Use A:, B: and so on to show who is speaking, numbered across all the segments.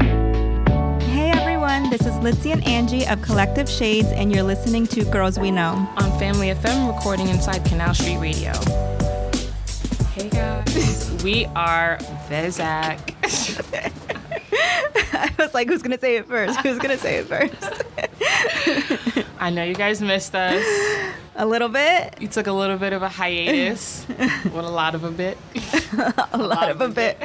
A: Hey everyone, this is Litzy and Angie of Collective Shades, and you're listening to Girls We Know.
B: on Family FM, recording inside Canal Street Radio. Hey guys, we are Vezak.
A: I was like, who's gonna say it first? Who's gonna say it first?
B: I know you guys missed us.
A: A little bit,
B: You took a little bit of a hiatus. well, a lot of a bit.
A: a lot of a bit.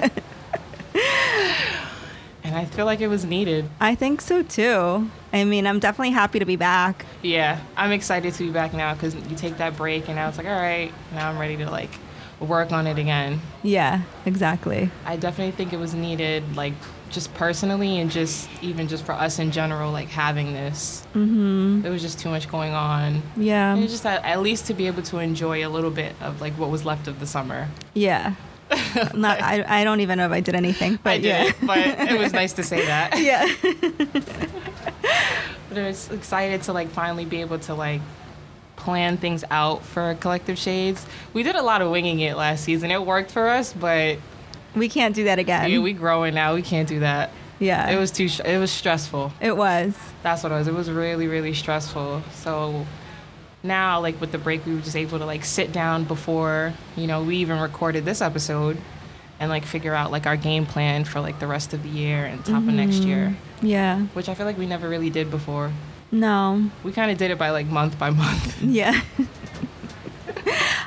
B: And I feel like it was needed.
A: I think so too. I mean, I'm definitely happy to be back.
B: Yeah, I'm excited to be back now because you take that break and I was like, all right, now I'm ready to like work on it again.
A: Yeah, exactly.
B: I definitely think it was needed, like just personally and just even just for us in general, like having this. Mm-hmm. There was just too much going on. And
A: Yeah,
B: it's just at, at least to be able to enjoy a little bit of like what was left of the summer.
A: yeah. Not, I, I don't even know if I did anything, but
B: I
A: yeah,
B: did, but it was nice to say that.
A: yeah,
B: But I was excited to like finally be able to like plan things out for Collective Shades. We did a lot of winging it last season. It worked for us, but
A: we can't do that again.
B: yeah, we growing now. We can't do that.
A: yeah,
B: It was too. Sh- it was stressful.
A: It was.
B: That's what it was. It was really really stressful. So now like with the break, we were just able to like sit down before you know we even recorded this episode and like figure out like our game plan for like the rest of the year and top of next year,
A: Mm-hmm. Yeah.
B: which I feel like we never really did before.
A: No.
B: We kind of did it by like month by month.
A: Yeah.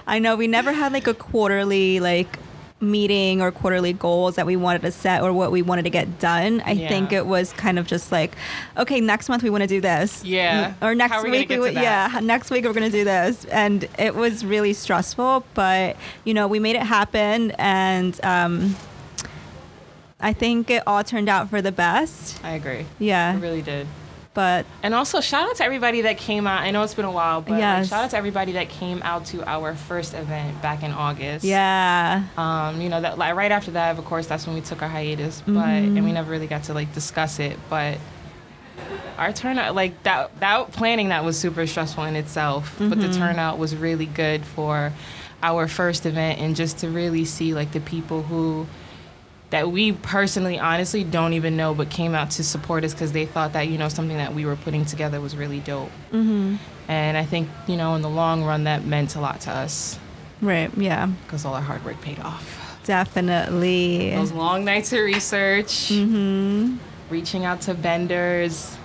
A: I know we never had like a quarterly like meeting or quarterly goals that we wanted to set or what we wanted to get done. I
B: Yeah.
A: think it was kind of just like, okay, next month we want to do this.
B: Yeah.
A: Or next
B: How are we gonna
A: week
B: get to
A: would-
B: that?
A: yeah, next week we're going to do this. And it was really stressful, but you know, we made it happen and um I think it all turned out for the best.
B: I agree. I
A: Yeah.
B: really did.
A: But
B: And also, shout out to everybody that came out. I know it's been a while, but like,
A: Yes.
B: shout out to everybody that came out to our first event back in August.
A: yeah.
B: Um, you know that like, right after that, of course, that's when we took our hiatus, but and we never really got to like discuss it. But our turnout, like that, that planning that was super stressful in itself, but the turnout was really good for our first event and just to really see like the people who that we personally honestly don't even know but came out to support us because they thought that you know something that we were putting together was really dope mm-hmm. and i think you know in the long run that meant a lot to us
A: Right. Yeah.
B: because all our hard work paid off
A: Definitely.
B: those long nights of research,
A: Mm-hmm.
B: reaching out to vendors,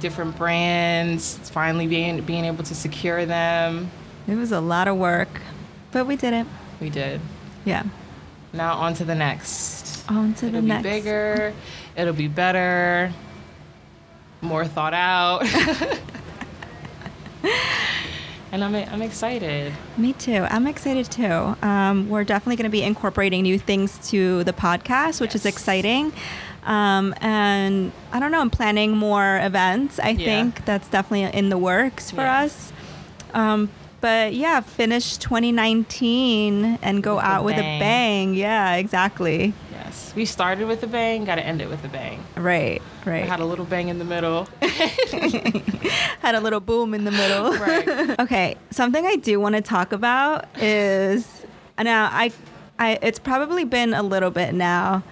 B: different brands, finally being being able to secure them.
A: It was a lot of work, but we did it.
B: We did.
A: Yeah.
B: Now on to the next.
A: On to
B: It'll
A: the
B: be
A: next.
B: bigger. It'll be better. More thought out. and I'm I'm excited.
A: Me too. I'm excited too. Um, we're definitely going to be incorporating new things to the podcast, which is
B: Yes.
A: exciting. Um, and I don't know, I'm planning more events. I
B: Yeah.
A: think that's definitely in the works for
B: Yeah.
A: us. Um, but yeah, finish 2019 and go
B: With a
A: out with a
B: bang.
A: bang. Yeah, exactly.
B: Yes. We started with a bang, got to end it with a bang.
A: Right, right.
B: I had a little bang in the middle.
A: had a little boom in the middle.
B: right.
A: Okay, something I do want to talk about is now I, I it's probably been a little bit now.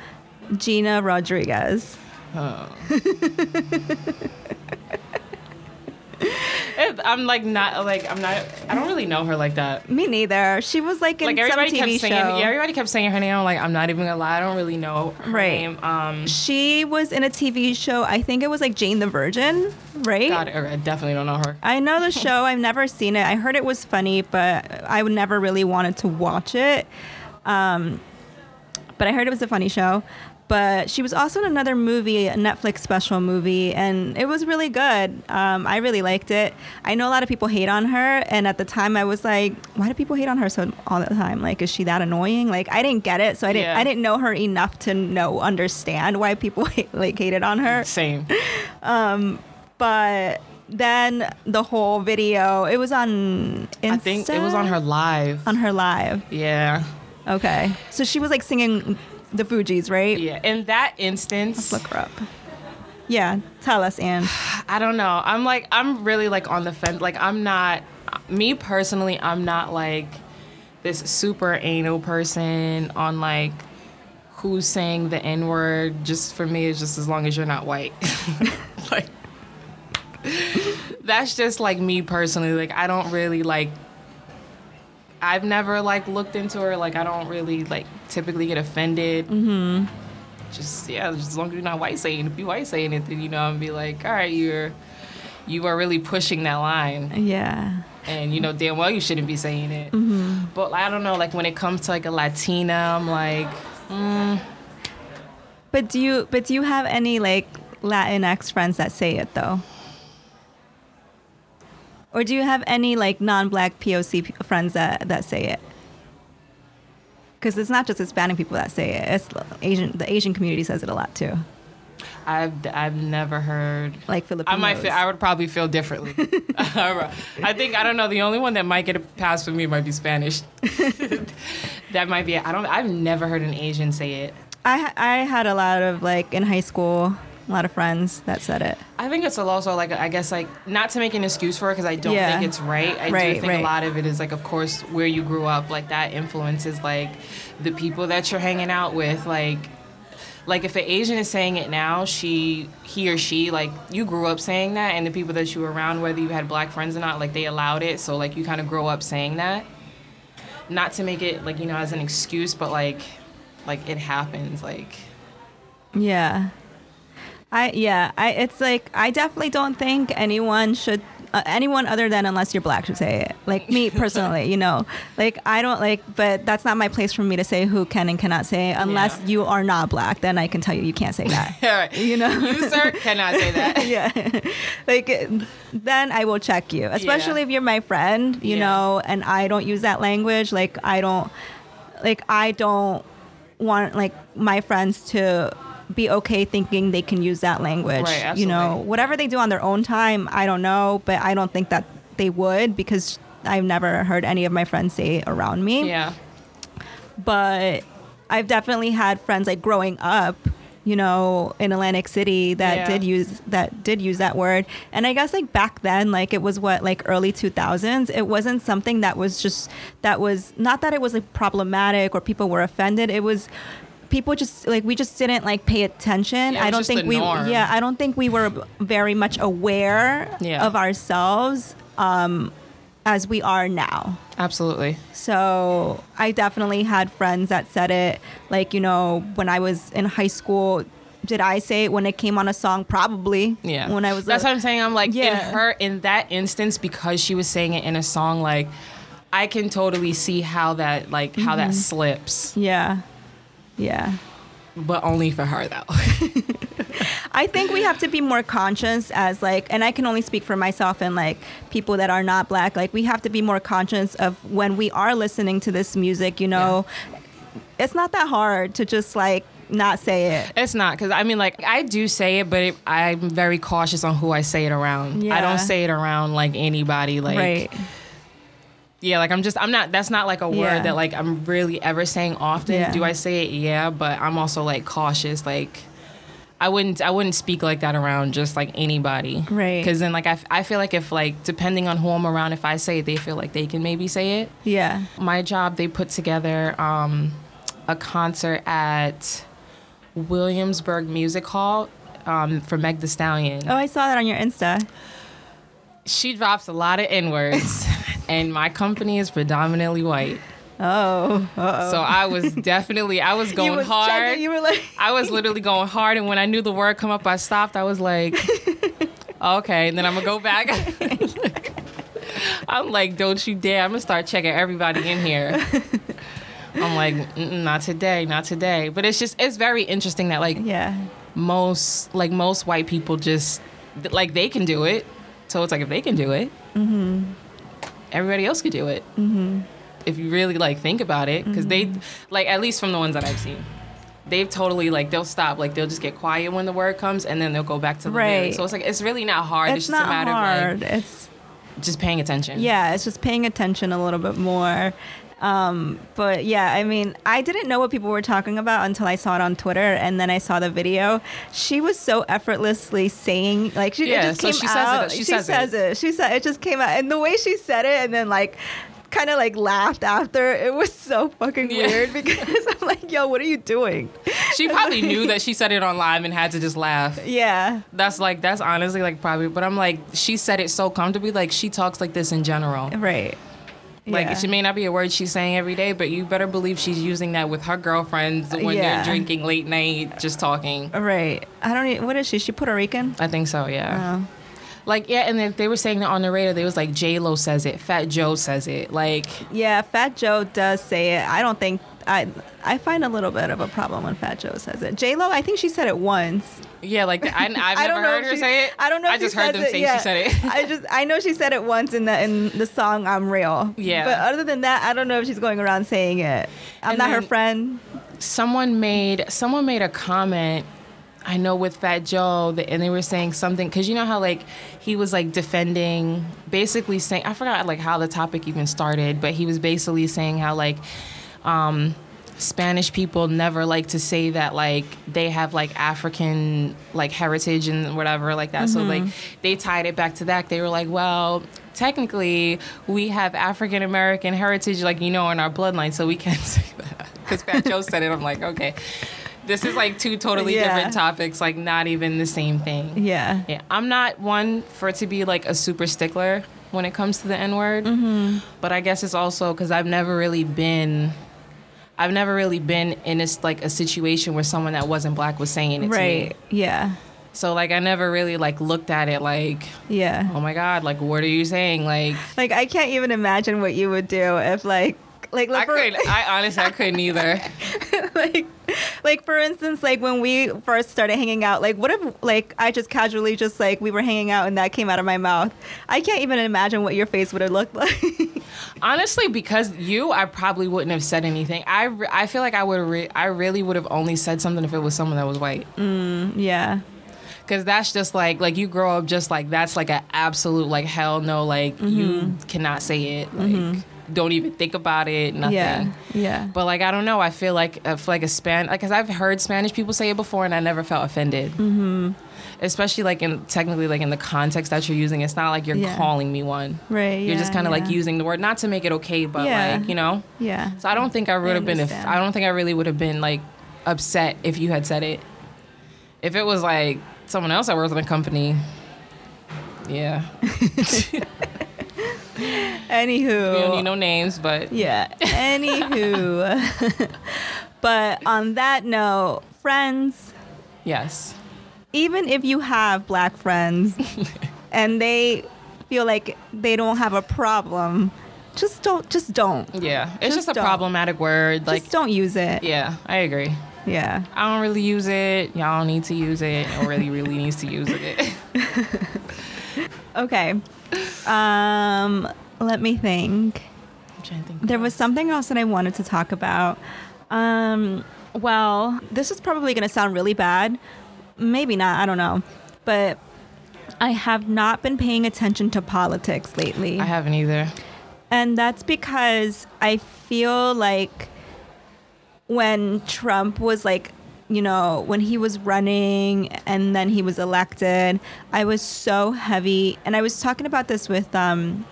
A: Gina Rodriguez.
B: Oh. It- I'm like not like I'm not. I don't really know her like that.
A: Me neither. She was like in
B: Like everybody
A: some
B: kept
A: TV
B: singing.
A: show.
B: Yeah, everybody kept singing her name. I'm like, I'm not even gonna lie. I don't really know her
A: Right.
B: name. Um,
A: she was in a TV show. I think it was like Jane the Virgin, right?
B: God, I definitely don't know her.
A: I know the show. I've never seen it. I heard it was funny, but I would never really wanted to watch it. Um, but I heard it was a funny show. But she was also in another movie, a Netflix special movie, and it was really good. Um, I really liked it. I know a lot of people hate on her, and at the time I was like, "Why do people hate on her so all the time? Like, is she that annoying?" Like, I didn't get it, so I didn't.
B: Yeah.
A: I didn't know her enough to know understand why people like hated on her
B: Same.
A: but then the whole video it was on Insta?
B: I think it was on her live.
A: on her live
B: Yeah.
A: okay so she was like singing the fuji's right
B: Yeah. In that instance,
A: look her up yeah tell us anne
B: I don't know. I'm like I'm really like on the fence. Like I'm not me personally, I'm not like this super anal person on like who's saying the N word. Just for me, it's just as long as you're not white. like that's just like me personally. Like I don't really like. I've never like looked into her. Like I don't really like typically get offended. Mm-hmm. Just yeah, just as long as you're not white saying it. If you white saying it, then you know I'm be like, all right, you're you are really pushing that line
A: Yeah.
B: and you know damn well you shouldn't be saying it. But I don't know, like when it comes to like a Latina, I'm like,
A: But do you but do you have any like Latinx friends that say it though? Or do you have any like non-black POC p- friends that that say it? Because it's not just Hispanic people that say it; it's Asian. The Asian community says it a lot too,
B: I've I've never heard.
A: like
B: I
A: Filipinos.
B: might feel, I would probably feel differently. I think I don't know. The only one that might get a pass for me might be Spanish. that might be. It. I don't. I've never heard an Asian say it.
A: I ha- I had a lot of like in high school, a lot of friends that said it.
B: I think it's also like I guess like not to make an excuse for it because I don't
A: Yeah.
B: think it's right. I
A: Right,
B: do think
A: right.
B: a lot of it is like of course where you grew up like that influences like the people that you're hanging out with like like if an Asian is saying it now she he or she like you grew up saying that and the people that you were around whether you had black friends or not like they allowed it so like you kind of grow up saying that not to make it like you know as an excuse but like like it happens like
A: Yeah. I yeah, I it's like I definitely don't think anyone should uh, anyone other than unless you're black should say it. Like me personally, you know. Like I don't like but that's not my place for me to say who can and cannot say unless
B: Yeah.
A: you are not black, then I can tell you you can't say that.
B: all right
A: You know?
B: you sir cannot say that
A: yeah. like then I will check you, especially
B: Yeah.
A: if you're my friend, you
B: Yeah.
A: know, and I don't use that language. Like I don't, like I don't want like my friends to be okay thinking they can use that language.
B: Right,
A: You know,
B: absolutely.
A: whatever they do on their own time, I don't know, but I don't think that they would because I've never heard any of my friends say it around me
B: yeah
A: but I've definitely had friends like growing up, you know, in Atlantic City that
B: Yeah.
A: did use that did use that word. And I guess like back then, like it was what like early 2000s, it wasn't something that was just that was not that it was like problematic or people were offended. It was people just like we just didn't like pay attention.
B: Yeah, it
A: I
B: was
A: don't
B: just
A: think
B: the
A: we
B: norm.
A: yeah, I don't think we were very much aware
B: Yeah.
A: of ourselves um as we are now.
B: absolutely
A: So I definitely had friends that said it. Like, you know, when I was in high school, did I say it when it came on a song? Probably.
B: Yeah.
A: When I was
B: That's
A: a-
B: what I'm saying. I'm like
A: Yeah.
B: in her in that instance because she was saying it in a song like I can totally see how that like how
A: Mm-hmm.
B: that slips.
A: Yeah. Yeah.
B: But only for her though.
A: I think we have to be more conscious as like, and I can only speak for myself and like people that are not black. Like, we have to be more conscious of when we are listening to this music, you know, it's not that hard to just like not say it.
B: it's not cuz I mean like I do say it but it, I'm very cautious on who I say it around. I
A: Yeah.
B: don't say it around like anybody like
A: right.
B: Yeah, like I'm just I'm not that's not like a word
A: Yeah.
B: that like I'm really ever saying often.
A: Yeah.
B: Do I say it? Yeah, but I'm also like cautious like I wouldn't I wouldn't speak like that around just like anybody.
A: Right.
B: Cuz then like I, f- I feel like if like depending on who I'm around if I say it, they feel like they can maybe say it.
A: Yeah.
B: My job they put together um a concert at Williamsburg Music Hall um, for Meg the Stallion
A: Oh, I saw that on your Insta.
B: she drops a lot of N words, and my company is predominantly white.
A: Oh.
B: So I was definitely, I was going
A: you was
B: hard.
A: Checking, you were like,
B: I was literally going hard, and when I knew the word come up, I stopped. I was like, okay, and then I'm gonna go back. I'm like, don't you dare! I'm gonna start checking everybody in here. I'm like, "Mm-mm, not today, not today. But it's just, it's very interesting that like
A: yeah,
B: most like most white people just th- like they can do it so it's like if they can do it
A: Mm-hmm.
B: everybody else could do it if you really like think about it because they
A: Mm-hmm.
B: like at least from the ones that i've seen they've totally like they'll stop like they'll just get quiet when the word comes and then they'll go back to the
A: Right.
B: lyrics. so it's like it's really not hard it's,
A: it's
B: just
A: not
B: a matter of
A: hard. it's
B: like just paying attention
A: yeah, it's just paying attention a little bit more. Um, but yeah, I mean, I didn't know what people were talking about until I saw it on Twitter, and then I saw the video. She was so effortlessly saying, like, she it
B: Yeah,
A: just
B: so
A: came
B: she says it,
A: out.
B: she says it.
A: it. She said it just came out, and the way she said it, and then like kind of like laughed after. It was so fucking
B: Yeah.
A: weird because I'm like, yo, what are you doing?
B: She probably knew that she said it on live and had to just laugh.
A: Yeah.
B: That's like that's honestly like probably, but I'm like she said it so comfortably. Like she talks like this in general.
A: Right.
B: Like
A: Yeah.
B: it may not be a word she's saying every day, but you better believe she's using that with her girlfriends when
A: Yeah.
B: they're drinking late night, just talking.
A: Right. I don't. Even, what is she? She Puerto Rican?
B: I think so, yeah.
A: Oh.
B: Like yeah, and then they were saying that on the radio. They was like J Lo says it, Fat Joe says it, like
A: Yeah. Fat Joe does say it. I don't think. I I find a little bit of a problem when Fat Joe says it. J Lo, I think she said it once.
B: yeah, like I, I've never
A: I don't know
B: heard
A: if
B: her
A: she-
B: say it.
A: I don't know.
B: I
A: if she
B: just
A: says
B: heard them
A: it,
B: say
A: yeah.
B: she said it.
A: I just I know she said it once in the in the song "I'm Real."
B: Yeah.
A: But other than that, I don't know if she's going around saying it. I'm
B: And
A: not her
B: then-
A: friend.
B: someone made someone made a comment i know with fat joe that, and they were saying something because you know how like he was like defending basically saying i forgot like how the topic even started but he was basically saying how like um spanish people never like to say that like they have like african like heritage and whatever like that so like they tied it back to that they were like well technically we have african american heritage like you know in our bloodline so we can't say that because Fat Joe said it. I'm like, okay, this is like two totally
A: Yeah.
B: different topics, like not even the same thing.
A: Yeah.
B: Yeah, I'm not one for it to be like a super stickler when it comes to the N word, mm-hmm. but I guess it's also because I've never really been. I've never really been in this like a situation where someone that wasn't black was saying it to me.
A: Right. Yeah.
B: So like I never really like looked at it like,
A: Yeah.
B: oh my god, like what are you saying? Like
A: Like I can't even imagine what you would do if like like
B: I
A: like for,
B: couldn't. I honestly I couldn't either.
A: like like for instance like when we first started hanging out like what if like I just casually just like we were hanging out and that came out of my mouth. I can't even imagine what your face would have looked like.
B: Honestly, because you, I probably wouldn't have said anything. I, re- I feel like I would re- I really would have only said something if it was someone that was white.
A: Mm.
B: Mm-hmm.
A: yeah.
B: Because that's just like like you grow up just like that's like an absolute like hell no like you
A: Mm-hmm.
B: cannot say it like don't even think about it nothing.
A: Yeah. Yeah.
B: But like I don't know, I feel like if like a span like because I've heard Spanish people say it before and I never felt offended. Mm-hmm. Especially like in technically like in the context that you're using, it's not like you're
A: Yeah.
B: calling me one.
A: Right.
B: You're just kind of like using the word not to make it okay, but
A: Yeah.
B: like you know.
A: Yeah.
B: So I don't think I would have been. If,
A: understand.
B: I don't think I really would have been like upset if you had said it. If it was like someone else I worked in the company, yeah,
A: Anywho.
B: we don't need no names, but
A: Yeah. Anywho. but on that note, friends,
B: yes,
A: even if you have black friends and they feel like they don't have a problem, just don't just don't.
B: yeah, it's
A: Just
B: just, a
A: don't.
B: problematic word. Like,
A: just don't use it.
B: yeah, I agree.
A: Yeah.
B: I don't really use it. Y'all don't need to use it. No really, really needs to use it.
A: Okay. Um let me think.
B: I'm trying to think.
A: There was something else that I wanted to talk about. Um, well, this is probably going to sound really bad. Maybe not, I don't know. But I have not been paying attention to politics lately.
B: I haven't either.
A: And that's because I feel like when Trump was like, you know, when he was running and then he was elected, I was so heavy. And I was talking about this with um,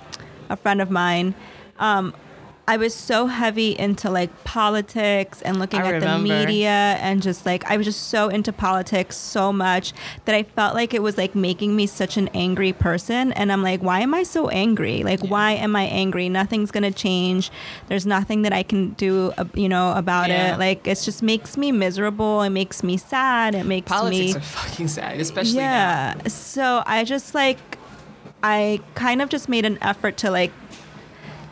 A: a friend of mine. Um, I was so heavy into like politics and looking
B: I
A: at the
B: remember.
A: media and just like, I was just so into politics so much that I felt like it was like making me such an angry person. And I'm like, why am I so angry? Like, why am I angry? Nothing's going to change. There's nothing that I can do, uh, you know, about
B: Yeah.
A: it. Like, it just makes me miserable. It makes me sad. It makes me
B: Politics are fucking sad, especially now.
A: yeah. So I just like I kind of just made an effort to like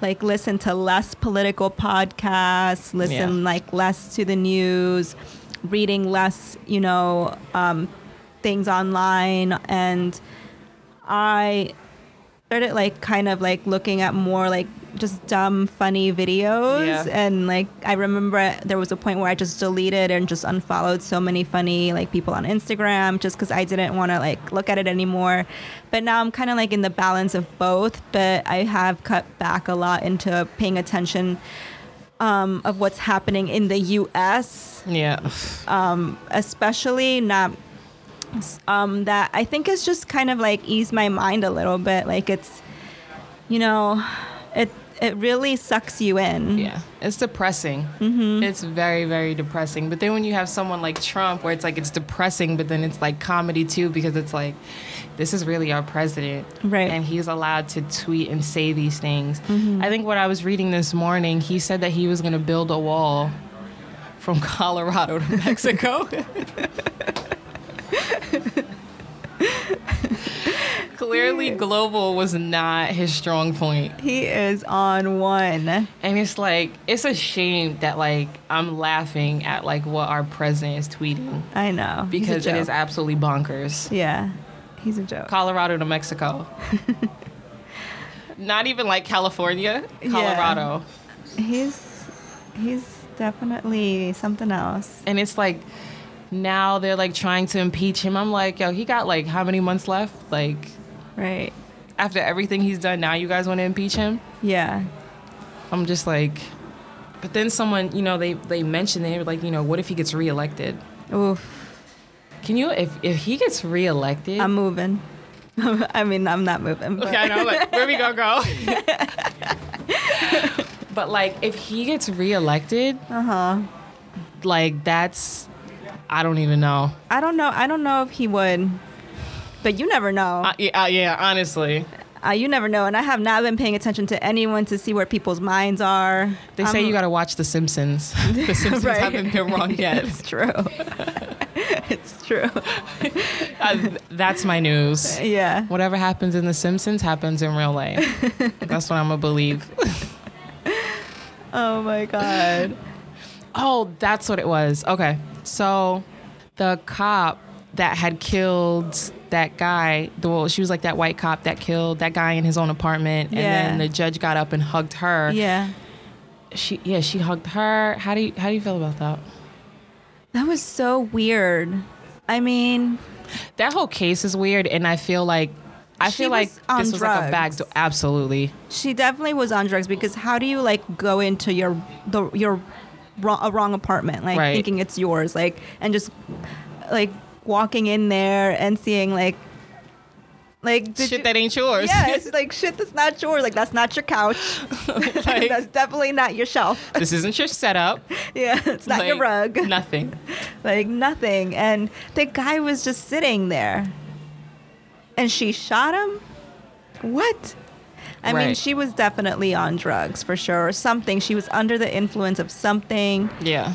A: like listen to less political podcasts, listen
B: Yeah.
A: like less to the news, reading less, you know, um, things online and I started like kind of like looking at more like just dumb funny videos
B: Yeah.
A: and like I remember there was a point where I just deleted and just unfollowed so many funny like people on Instagram just cuz I didn't want to like look at it anymore but now I'm kind of like in the balance of both but I have cut back a lot into paying attention um, of what's happening in the US
B: Yeah.
A: especially not um that I think it's just kind of like eased my mind a little bit like it's you know it it really sucks you in.
B: Yeah, it's depressing. It's very, very depressing. But then when you have someone like Trump, where it's like it's depressing, but then it's like comedy too, because it's like this is really our president,
A: Right.
B: And he's allowed to tweet and say these things. I think what I was reading this morning, he said that he was going to build a wall from Colorado to Mexico. Clearly, global was not his strong point.
A: He is on one.
B: And it's like it's a shame that like I'm laughing at like what our president is tweeting
A: I know. He's a
B: because it is
A: joke.
B: absolutely bonkers.
A: Yeah. He's a joke.
B: Colorado to Mexico. Not even like California, Colorado.
A: He's he's definitely something else.
B: And it's like now they're like trying to impeach him. I'm like, yo, he got like how many months left? Like
A: Right.
B: after everything he's done, now you guys want to impeach him?
A: Yeah.
B: I'm just like but then someone, you know, they they mentioned they were like, you know, what if he gets reelected?
A: Oof.
B: Can you if if he gets reelected?
A: I'm moving. I mean, I'm not moving. But
B: Okay, I know. Like, where we gonna go? but like, if he gets reelected,
A: Uh huh.
B: like that's, I don't even know.
A: I don't know. I don't know if he would. But you never know.
B: Uh, yeah, uh, yeah, honestly,
A: uh, you never know. And I have not been paying attention to anyone to see where people's minds are.
B: they say
A: I'm-
B: you gotta watch The Simpsons. the Simpsons
A: Right.
B: haven't been wrong yet.
A: It's true. it's true.
B: Uh, that's my news.
A: Yeah.
B: Whatever happens in The Simpsons happens in real life. That's what I'm gonna believe.
A: Oh my god.
B: Oh, that's what it was. Okay. So the cop that had killed that guy, the, well, she was like that white cop that killed that guy in his own apartment. And then
A: Yeah.
B: the judge got up and hugged her.
A: Yeah.
B: She, yeah, she hugged her. How do you, how do you feel about that?
A: That was so weird. I mean,
B: That whole case is weird. And I feel like, I
A: She
B: feel like
A: was on
B: this was like a
A: drugs.
B: backdoor. Absolutely.
A: she definitely was on drugs because how do you like go into your the your wrong, a wrong apartment like
B: Right.
A: thinking it's yours like and just like walking in there and seeing like like did
B: Shit
A: you-
B: that ain't yours.
A: yeah, it's like shit that's not yours. Like that's not your couch.
B: Like,
A: that's definitely not your shelf.
B: this isn't your setup.
A: Yeah, it's not your
B: Like,
A: rug.
B: Nothing.
A: like nothing. And the guy was just sitting there. And she shot him? What? I mean,
B: Right.
A: she was definitely on drugs for sure, or something. She was under the influence of something.
B: Yeah.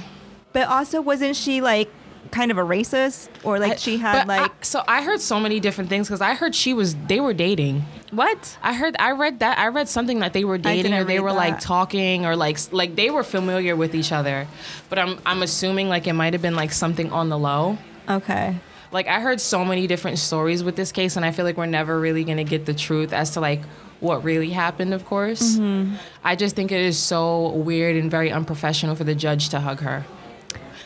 A: But also, wasn't she like kind of a racist? Or like she had
B: But I-
A: like.
B: so I heard so many different things because I heard she was they were dating.
A: what?
B: I heard I read that I read something that they were dating
A: didn't
B: or they
A: read
B: were like
A: that.
B: talking or like s- like they were familiar with each other. But I'm I'm assuming like it might have been like something on the low.
A: Okay.
B: Like I heard so many different stories with this case and I feel like we're never really going to get the truth as to like what really happened, of course.
A: Mm-hmm.
B: I just think it is so weird and very unprofessional for the judge to hug her.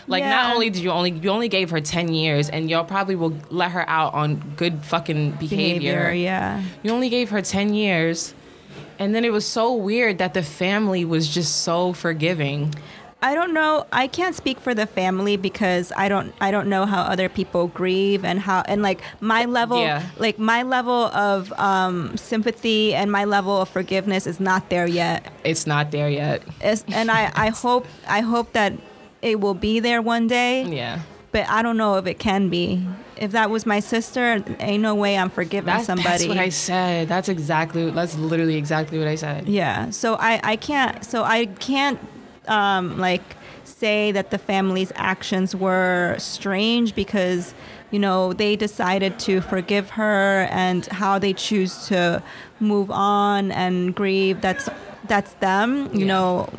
B: Like
A: Yeah.
B: not only did you only you only gave her 10 years and y'all probably will let her out on good fucking behavior.
A: yeah.
B: You only gave her 10 years. And then it was so weird that the family was just so forgiving.
A: I don't know. I can't speak for the family because I don't I don't know how other people grieve and how and like my level
B: Yeah.
A: like my level of um, sympathy and my level of forgiveness is not there yet.
B: It's not there yet.
A: It's, and I I hope I hope that it will be there one day,
B: Yeah.
A: but I don't know if it can be. If that was my sister, ain't no way I'm forgiving
B: That's,
A: somebody.
B: that's what I said. That's exactly, that's literally exactly what I said.
A: Yeah. So I, I can't so I can't um, like say that the family's actions were strange because you know they decided to forgive her and how they choose to move on and grieve that's that's them you
B: Yeah.
A: know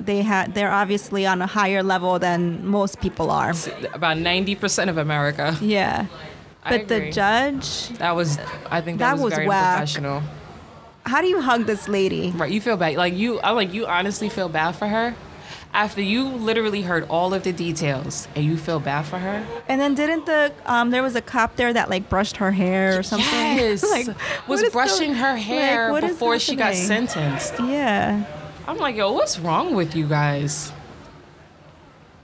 A: they had they're obviously on a higher level than most people are
B: About 90% of America.
A: yeah
B: I
A: but the
B: agree.
A: judge
B: That was, I think that,
A: That
B: was,
A: was
B: very
A: whack.
B: professional.
A: how do you hug this lady
B: Right. You feel bad. Like you, I'm like, you honestly feel bad for her. After you literally heard all of the details and you feel bad for her.
A: And then didn't the um there was a cop there that like brushed her hair or something?
B: Yes. was
A: what is
B: brushing
A: go-
B: her
A: like,
B: hair
A: what is
B: before she got
A: happening?
B: sentenced.
A: Yeah.
B: I'm like, yo, what's wrong with you guys?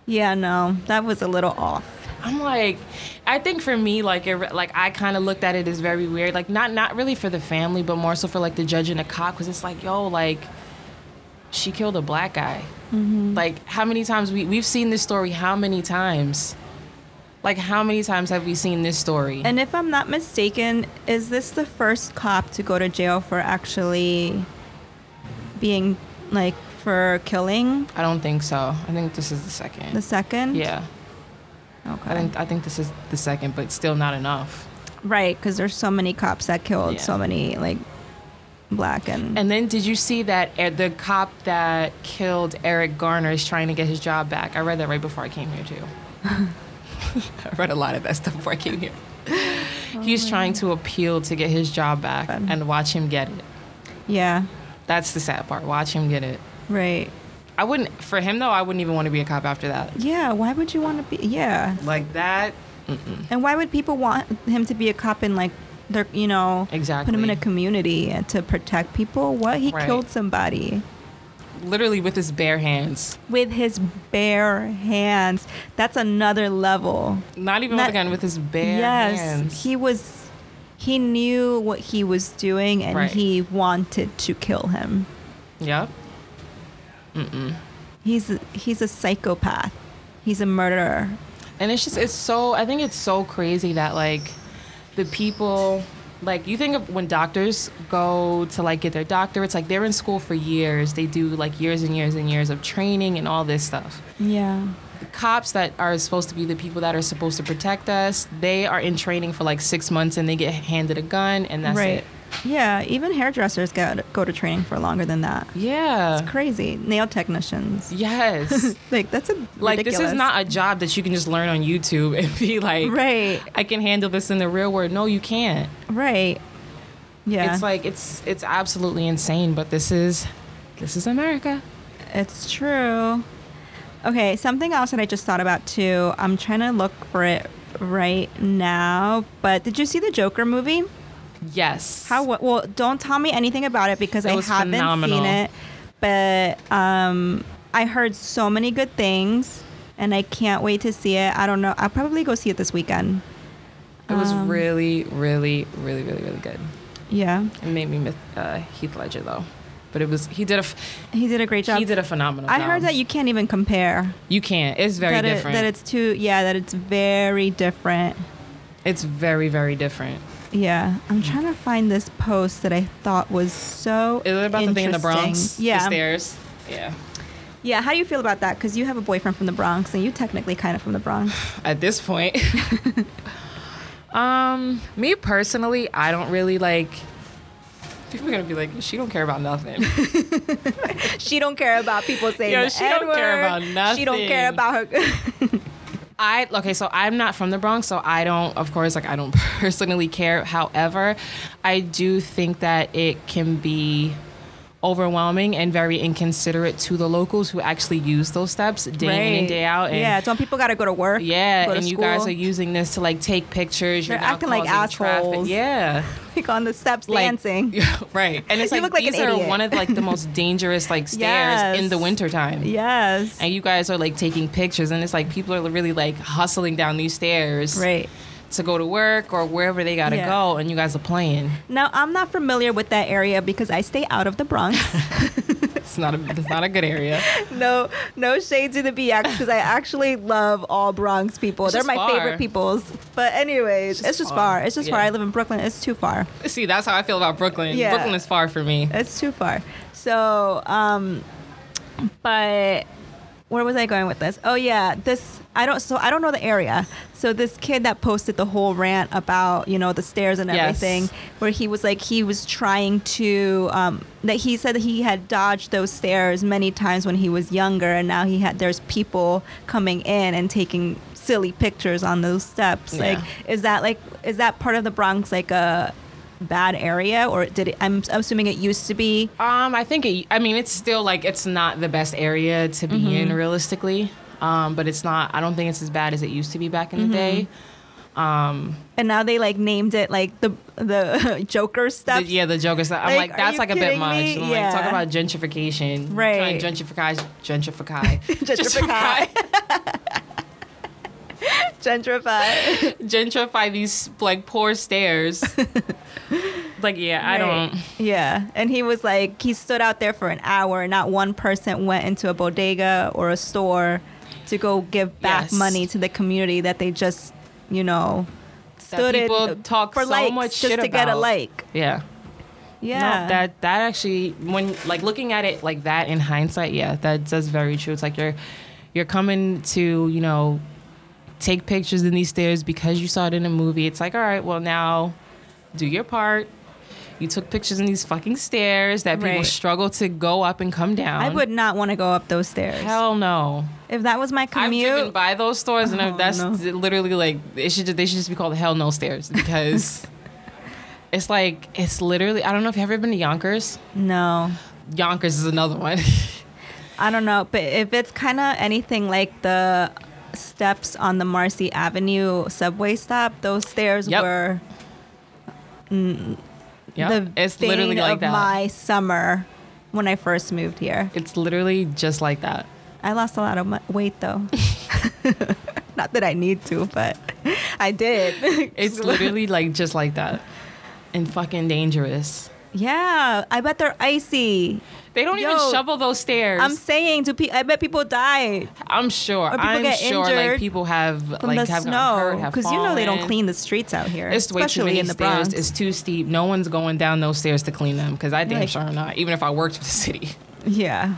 A: Yeah, no. That was a little off.
B: I'm like, I think for me, like, it, like I kind of looked at it as very weird. Like, not not really for the family, but more so for like the judge and the cop, because it's like, yo, like, she killed a black guy.
A: Mm-hmm.
B: Like how many times we we've seen this story? How many times? Like how many times have we seen this story?
A: And if I'm not mistaken, is this the first cop to go to jail for actually being like for killing
B: I don't think so. I think this is the second.
A: the second?
B: yeah, I
A: Okay.
B: think I think this is the second, but still not enough.
A: Right, because there's so many cops that killed
B: Yeah.
A: so many like black and,
B: And then did you see that uh, the cop that killed Eric Garner is trying to get his job back? I read that right before I came here too. I read a lot of that stuff before I came here. He's
A: Oh,
B: trying to appeal to get his job back
A: Bad.
B: and watch him get it.
A: yeah,
B: That's the sad part. Watch him get it.
A: right.
B: I wouldn't for him though. I wouldn't even want to be a cop after that.
A: Yeah, why would you want to be? Yeah,
B: Like that.
A: and why would people want him to be a cop in like their, you know,
B: Exactly.
A: put him in a community and to protect people? What he
B: Right.
A: killed somebody
B: Literally with his bare hands.
A: with his bare hands. That's another level.
B: Not even with
A: Not-
B: a gun. With his bare
A: yes,
B: hands.
A: he was. He knew what he was doing, and
B: Right.
A: he wanted to kill him.
B: Yep.
A: He's he's a psychopath. He's a murderer.
B: and it's just it's so i think it's so crazy that like the people like you think of when doctors go to like get their doctorates like they're in school for years they do like years and years and years of training and all this stuff
A: Yeah.
B: the cops that are supposed to be the people that are supposed to protect us they are in training for like six months and they get handed a gun and that's
A: right.
B: it
A: Yeah. Even hairdressers go to, go to training for longer than that.
B: yeah
A: Crazy. Nail technicians.
B: yes
A: Like that's a
B: like this
A: ridiculous.
B: is not a job that you can just learn on youtube and be like
A: right.
B: i can handle this in the real world no you can't
A: Right. Yeah.
B: It's like it's it's absolutely insane, but this is this is America.
A: It's true. Okay, something else that I just thought about too. I'm trying to look for it right now. But did you see the Joker movie?
B: Yes.
A: How wa- well? Don't tell me anything about it because
B: It
A: I
B: was
A: haven't
B: phenomenal.
A: seen it. But um, I heard so many good things, and I can't wait to see it. I don't know. I'll probably go see it this weekend.
B: it was
A: Um,
B: really, really, really, really, really good.
A: Yeah,
B: It made me miss uh, Heath Ledger though, but it was he did a f-
A: he did a great job.
B: he did a phenomenal.
A: I
B: job.
A: heard that you can't even compare.
B: you can't. It's very
A: that it-
B: different.
A: that it's too. Yeah, that it's very different.
B: it's very, very different.
A: Yeah, I'm
B: Mm.
A: trying to find this post that I thought was so.
B: Is it about the thing in the Bronx?
A: interesting.
B: The
A: Yeah,
B: stairs. Yeah.
A: yeah. How do you feel about that? Because you have a boyfriend from the Bronx, and you technically kind of from the Bronx.
B: At this point. um, me personally, I don't really like. People are gonna be like, she don't care about nothing.
A: She don't care about people saying
B: Yo,
A: the
B: she don't
A: N-word.
B: care about
A: She don't care
B: nothing.
A: about her.
B: I okay, so I'm not from the Bronx, so I don't, of course, like I don't personally care. However, I do think that it can be overwhelming and very inconsiderate to the locals who actually use those steps day in and day out. And
A: yeah, some people got to go to work.
B: yeah,
A: go to
B: and you guys
A: school.
B: are using this to like take pictures.
A: They're
B: now
A: acting like
B: causing traffic.
A: assholes.
B: Yeah,
A: like on the steps
B: like-
A: dancing.
B: right. And it's
A: You
B: like,
A: look like an
B: these are
A: idiot.
B: one of like the most dangerous like stairs in
A: Yes.
B: the wintertime.
A: Yes.
B: And you guys are like taking pictures, and it's like people are really like hustling down these stairs.
A: Right.
B: to go to work or wherever they gotta
A: Yeah.
B: go, and you guys are playing.
A: Now, I'm not familiar with that area because I stay out of the Bronx.
B: It's not a it's not a good area.
A: no, no shade to the BX because I actually love all Bronx people.
B: It's
A: They're
B: just
A: my
B: far.
A: favorite peoples. But anyways, it's just, far. It's just far.
B: yeah.
A: I live in Brooklyn. It's too far.
B: See, that's how I feel about Brooklyn.
A: Yeah.
B: Brooklyn is far for me.
A: It's too far. So, um, but where was I going with this? Oh yeah, this I don't. So I don't know the area. So this kid that posted the whole rant about you know the stairs and
B: Yes.
A: everything, where he was like he was trying to um, that he said that he had dodged those stairs many times when he was younger, and now he had there's people coming in and taking silly pictures on those steps. Like, is that like is that part of the Bronx like a bad area, or did it, I'm assuming it used to be?
B: Um, I think it, I mean it's still like it's not the best area to be in
A: Mm-hmm.
B: realistically. Um, but it's not. I don't think it's as bad as it used to be back in the day.
A: Mm-hmm.
B: Um,
A: and now they like named it like the the Joker
B: The-
A: steps.
B: yeah, the joke is that I'm
A: Like,
B: like,
A: are
B: that's
A: you
B: like a bit
A: kidding
B: much.
A: me?
B: I'm
A: Yeah.
B: like, talk about gentrification.
A: Right.
B: Trying to gentrify, gentrify,
A: Gentrify. gentrified.
B: gentrify these like poor stairs. Like, yeah, I
A: Right.
B: don't.
A: Yeah, and he was like, he stood out there for an hour. Not one person went into a bodega or a store to go give back
B: Yes.
A: money to the community that they just, you know, stood
B: people
A: in
B: talk
A: for
B: so
A: likes
B: much
A: just
B: shit
A: to get a
B: about.
A: like.
B: Yeah.
A: Yeah,
B: No, that that actually when like looking at it like that in hindsight, yeah, that that's very true. It's like you're you're coming to, you know, take pictures in these stairs because you saw it in a movie. It's like, all right, well now do your part. You took pictures in these fucking stairs that people
A: Right.
B: struggle to go up and come down.
A: I would not want to go up those stairs.
B: Hell no.
A: If that was my
B: I've driven
A: commute,
B: by those stores, and
A: Oh,
B: that's
A: no.
B: literally like it should. They should just be called Hell No Stairs because it's like it's literally. I don't know if you've ever been to Yonkers.
A: no,
B: Yonkers is another one.
A: I don't know. But if it's kind of anything like the steps on the Marcy Avenue subway stop, those stairs
B: Yep.
A: were
B: yeah,
A: the
B: it's
A: thing
B: literally like
A: of
B: that.
A: my summer when I first moved here.
B: it's literally just like that.
A: I lost a lot of mu- weight though. Not that I need to, but I did.
B: It's literally like just like that, and fucking dangerous.
A: yeah, I bet they're icy.
B: They don't even
A: Yo,
B: shovel those stairs.
A: I'm saying, do pe- I bet people die
B: I'm sure.
A: Or people
B: I'm
A: get
B: sure. Like
A: injured
B: people have
A: from
B: like
A: the
B: have gotten hurt,
A: snow
B: have
A: you know they don't
B: fallen.
A: clean the streets out here,
B: It's way too
A: especially
B: many
A: in the
B: stairs.
A: Bronx.
B: It's too steep. No one's going down those stairs to clean them because I damn
A: Like-
B: sure am not. Even if I worked for the city,
A: yeah,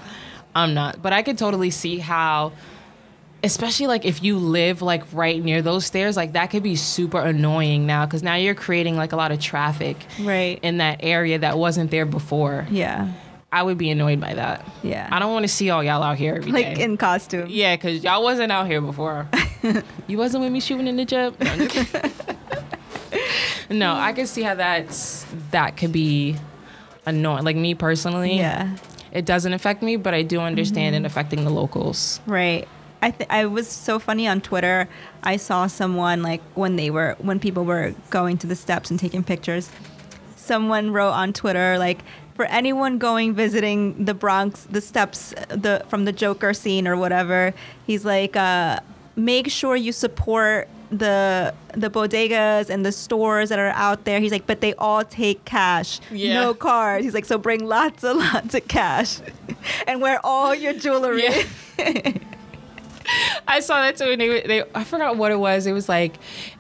B: I'm not. But I could totally see how, especially like if you live like right near those stairs, like that could be super annoying now because now you're creating like a lot of traffic
A: right.
B: in that area that wasn't there before.
A: yeah,
B: I would be annoyed by that.
A: yeah.
B: I don't want to see all y'all out here every
A: like
B: day.
A: in costume.
B: yeah, because y'all wasn't out here before. you wasn't with me shooting in the jib. No, I'm just kidding. No, I can see how that's that could be annoying. Like me personally,
A: yeah.
B: it doesn't affect me, but I do understand it affecting the locals.
A: Right. I th- I was so funny on Twitter. I saw someone like when they were when people were going to the steps and taking pictures. Someone wrote on Twitter like for anyone going visiting the Bronx, the steps the from the Joker scene or whatever. He's like uh make sure you support the the bodegas and the stores that are out there. He's like but they all take cash.
B: Yeah.
A: No cards. He's like so bring lots and lots of cash and wear all your jewelry.
B: Yeah. I saw that too, and they, they I forgot what it was. It was like,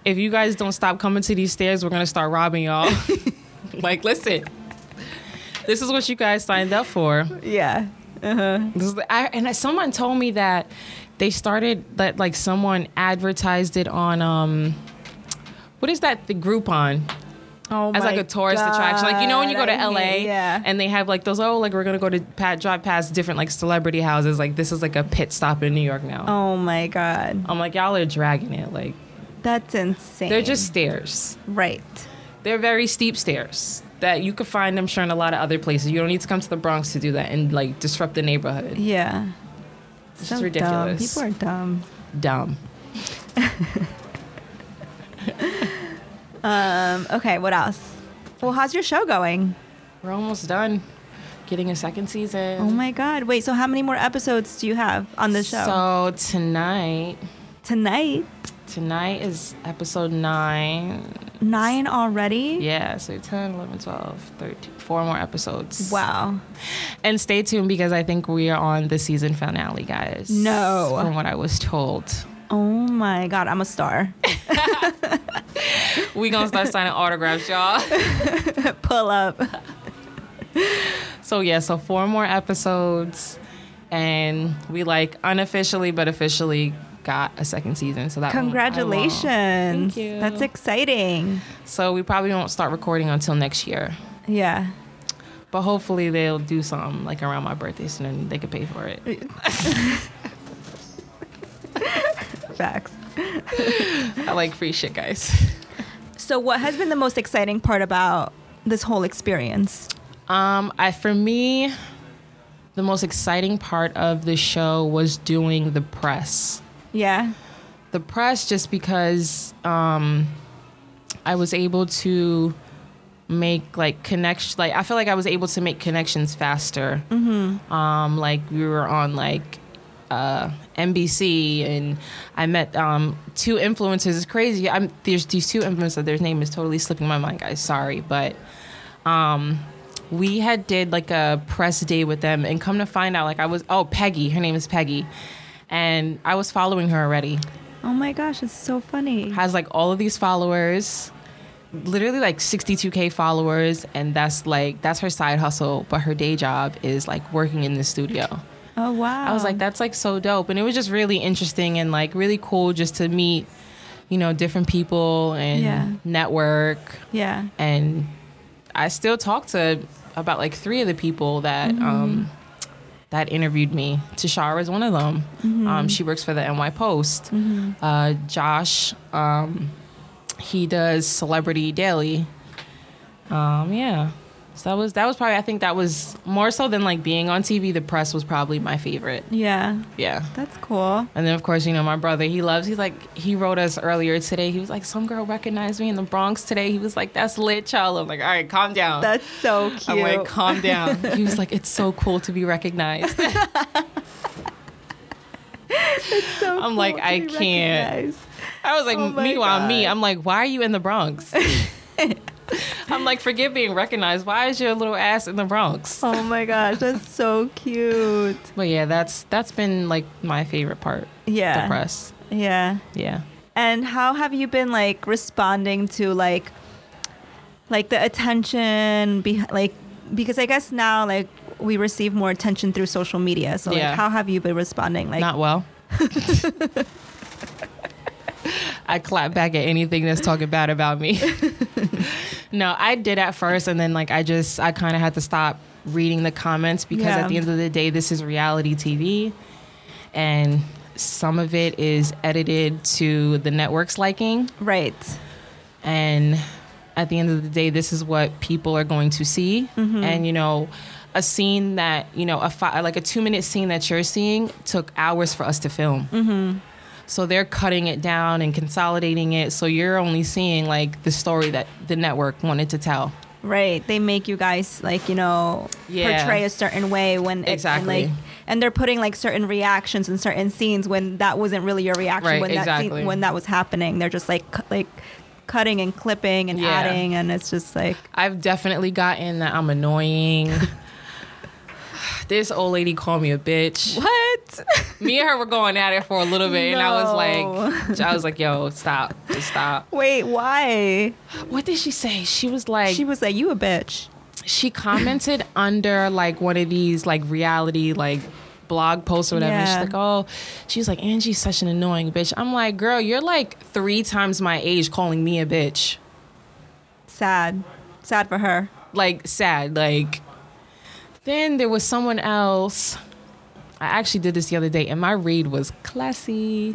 B: if you guys don't stop coming to these stairs, we're gonna start robbing y'all. like, listen, this is what you guys signed up for.
A: Yeah. Uh-huh.
B: This is- I, and I- someone told me that they started that like someone advertised it on um, what is that the Groupon
A: Oh
B: as like a tourist attraction? Like you know when you go to LA
A: yeah.
B: and they have like those oh like we're gonna go to pat, drive past different like celebrity houses like this is like a pit stop in New York now.
A: oh my god,
B: I'm like y'all are dragging it like
A: that's insane.
B: they're just stairs.
A: right.
B: They're very steep stairs that you could find I'm sure in a lot of other places. You don't need to come to the Bronx to do that and like disrupt the neighborhood.
A: Yeah.
B: It's
A: so
B: just ridiculous.
A: Dumb. People are dumb.
B: dumb.
A: Um, okay, what else? Well, how's your show going?
B: We're almost done getting a second season.
A: Oh my god. Wait, so how many more episodes do you have on the show?
B: So tonight,
A: Tonight?
B: tonight is episode 9.
A: 9 already?
B: Yeah, so 10, 11, 12, 13, four more episodes.
A: Wow.
B: And stay tuned because I think we are on the season finale, guys.
A: No.
B: From what I was told.
A: Oh my god, I'm a star.
B: We going to start signing autographs, y'all.
A: Pull up.
B: So yeah, so four more episodes and we like unofficially but officially got a second season. So that one I won't-
A: Congratulations.
B: you.
A: That's exciting.
B: So we probably won't start recording until next year.
A: Yeah.
B: But hopefully they'll do something like around my birthday so then they could pay for it.
A: Facts.
B: I like free shit, guys.
A: So, what has been the most exciting part about this whole experience?
B: Um, I for me, the most exciting part of the show was doing the press.
A: Yeah.
B: The press just because um I was able to make like connection like I feel like I was able to make connections faster. Mm-hmm. Um, like we were on like uh, NBC and I met um, two influencers. It's crazy. I'm there's these two influencers. Their name is totally slipping my mind, guys. Sorry, but Um, we had did like a press day with them, and come to find out, like I was oh Peggy, her name is Peggy, and I was following her already.
A: Oh my gosh, it's so funny.
B: Mm-hmm. Has like all of these followers, literally like 62k followers, and that's like that's her side hustle, but her day job is like working in the studio.
A: Oh wow.
B: I was like, that's like so dope. And it was just really interesting and like really cool just to meet, you know, different people and
A: Yeah.
B: network.
A: yeah.
B: And I still talk to about like three of the people that
A: Mm-hmm.
B: um, that interviewed me. Tashara is one of them.
A: Mm-hmm.
B: Um, she works for the NY Post. Uh, Josh, um, he does Celebrity Daily. Um, yeah. So that was that was probably I think that was more so than like being on TV. The press was probably my favorite.
A: Yeah.
B: Yeah.
A: That's cool.
B: And then of course, you know, my brother, he loves, he's like, he wrote us earlier today. He was like, some girl recognized me in the Bronx today. He was like, that's lit, child. I'm like, all right, calm down.
A: That's so cute.
B: I'm like, calm down. he was like, it's so cool to be recognized.
A: So
B: I'm like,
A: cool to
B: I
A: be
B: can't.
A: recognized.
B: I was like,
A: Oh my
B: meanwhile, me,
A: God.
B: I'm like, why are you in the Bronx? I'm like, forget being recognized. Why is your little ass in the Bronx?
A: Oh my gosh, that's so cute.
B: But yeah, that's that's been like my favorite part.
A: Yeah.
B: The press.
A: Yeah.
B: Yeah.
A: And how have you been like responding to like like the attention be- like because I guess now like we receive more attention through social media. So
B: Yeah.
A: like how have you been responding? Like
B: Not well. I clap back at anything that's talking bad about me. no, I did at first, and then like I just I kind of had to stop reading the comments because
A: Yeah.
B: at the end of the day, this is reality TV, and some of it is edited to the network's liking,
A: right.
B: and at the end of the day, this is what people are going to see,
A: Mm-hmm.
B: and you know. A scene that you know, a fi- like a two-minute scene that you're seeing took hours for us to film.
A: Mm-hmm.
B: So they're cutting it down and consolidating it. So you're only seeing like the story that the network wanted to tell.
A: Right. They make you guys like, you know,
B: Yeah.
A: portray a certain way when it-
B: Exactly.
A: and, like and they're putting like certain reactions in certain scenes when that wasn't really your reaction
B: Right,
A: when that
B: exactly.
A: scene, when that was happening. They're just like cu- like cutting and clipping and
B: Yeah.
A: adding and it's just like
B: I've definitely gotten that I'm annoying. this old lady called me a bitch.
A: what?
B: Me and her were going at it for a little bit, and I was like,
A: No.
B: I was like, yo, stop, just stop.
A: Wait, why?
B: What did she say? She was like,
A: She was like, "You a bitch."
B: she commented under like one of these like reality like blog posts or whatever. And She's
A: Yeah.
B: like, oh, she's like, Angie's such an annoying bitch. I'm like, girl, you're like three times my age calling me a bitch.
A: Sad, sad for her.
B: Like, sad. Like, then there was someone else. I actually did this the other day, and my read was classy.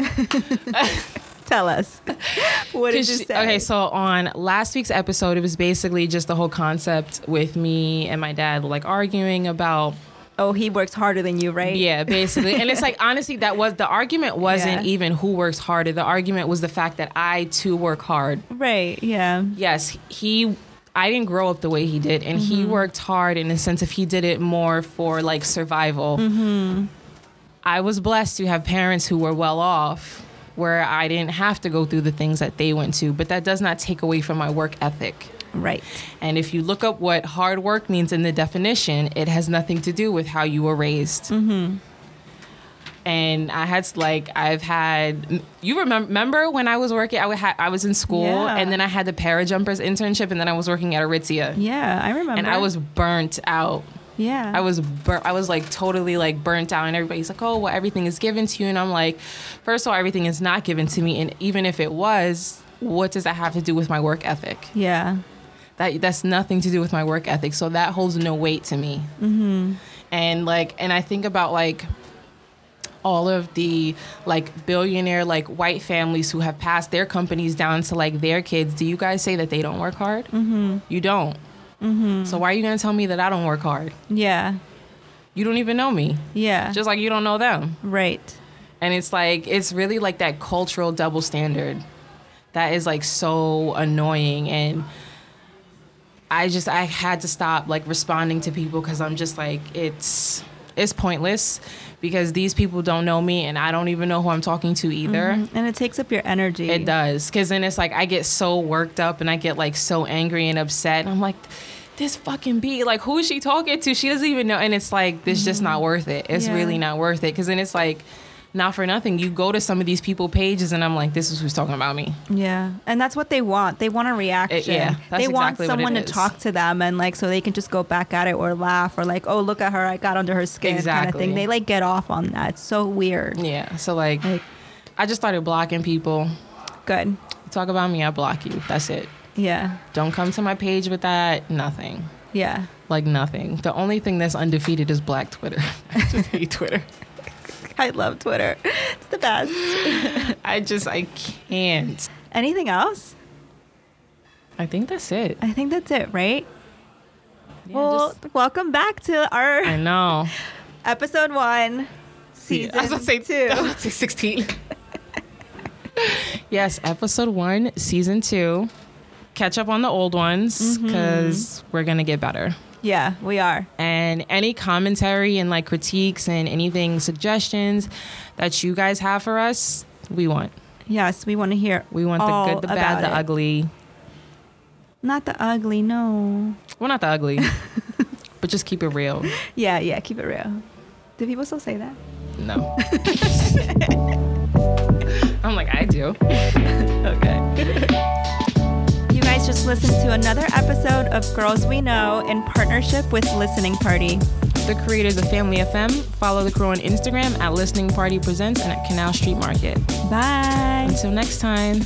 A: Tell us, what did you
B: She-
A: say?
B: Okay, so on last week's episode, it was basically just the whole concept with me and my dad, like arguing about
A: oh, he works harder than you, right?
B: Yeah, basically. and it's like honestly that was the argument wasn't
A: Yeah.
B: even who works harder. The argument was the fact that I too work hard.
A: Right. Yeah.
B: Yes, he I didn't grow up the way he did and
A: Mm-hmm.
B: he worked hard in the sense if he did it more for like survival.
A: Mm-hmm.
B: I was blessed to have parents who were well off where I didn't have to go through the things that they went to, but that does not take away from my work ethic.
A: Right.
B: And if you look up what hard work means in the definition, it has nothing to do with how you were raised. Mm-hmm. And I had like I've had you remember, remember when I was working I would ha- I was in school
A: Yeah.
B: and then I had the parajumpers internship and then I was working at Aritzia
A: Yeah, I remember.
B: and I was burnt out.
A: Yeah.
B: I was bur- I was like totally like burnt out and everybody's like oh well everything is given to you and I'm like first of all everything is not given to me and even if it was what does that have to do with my work ethic?
A: Yeah.
B: that that's nothing to do with my work ethic so that holds no weight to me mm-hmm. and like and i think about like all of the like billionaire like white families who have passed their companies down to like their kids do you guys say that they don't work hard mm-hmm. you don't mm-hmm. so why are you gonna tell me that i don't work hard
A: Yeah.
B: you don't even know me
A: Yeah.
B: just like you don't know them
A: right.
B: and it's like it's really like that cultural double standard that is like so annoying and i just i had to stop like responding to people because i'm just like it's it's pointless because these people don't know me and i don't even know who i'm talking to either
A: And it takes up your energy.
B: it does. Because then it's like I get so worked up and I get like so angry and upset. And I'm like, this fucking beat like who is she talking to she doesn't even know and it's like it's just not worth it it's
A: Yeah.
B: really not worth it because then it's like not for nothing you go to some of these people pages and i'm like this is who's talking about me
A: Yeah, and that's what they want. They want a reaction.
B: yeah, that's
A: they want
B: exactly what it
A: someone to
B: is.
A: talk to them, and like so they can just go back at it or laugh or like, oh look at her, I got under her skin, kind of
B: Exactly.
A: thing. They like get off on that. It's so weird.
B: yeah so like
A: Like,
B: i just started blocking people
A: good.
B: talk about me i block you that's it
A: Yeah,
B: don't come to my page with that nothing
A: yeah.
B: like nothing the only thing that's undefeated is black twitter i just hate twitter
A: I love Twitter. It's the best.
B: i just i can't
A: Anything else?
B: i think that's it
A: I think that's it, right?
B: Yeah,
A: well,
B: just-
A: welcome back to our
B: i know
A: episode one, season
B: I was gonna say
A: two.
B: I was gonna say 16. yes, episode one, season two. Catch up on the old ones because we're gonna get better.
A: Yeah, we are.
B: And any commentary and like critiques and anything suggestions that you guys have for us, we want.
A: Yes, we want to hear.
B: We want
A: all
B: the good, the bad,
A: about
B: the
A: it.
B: ugly.
A: Not the ugly, no.
B: Well, not the ugly, but just keep it real.
A: Yeah, yeah, keep it real. Do people still say that?
B: No. I'm like I do.
A: Okay. you guys just listened to another episode of Girls We Know in partnership with Listening Party.
B: the creators of Family FM. Follow the crew on Instagram at Listening Party Presents and at Canal Street Market.
A: Bye.
B: Until next time.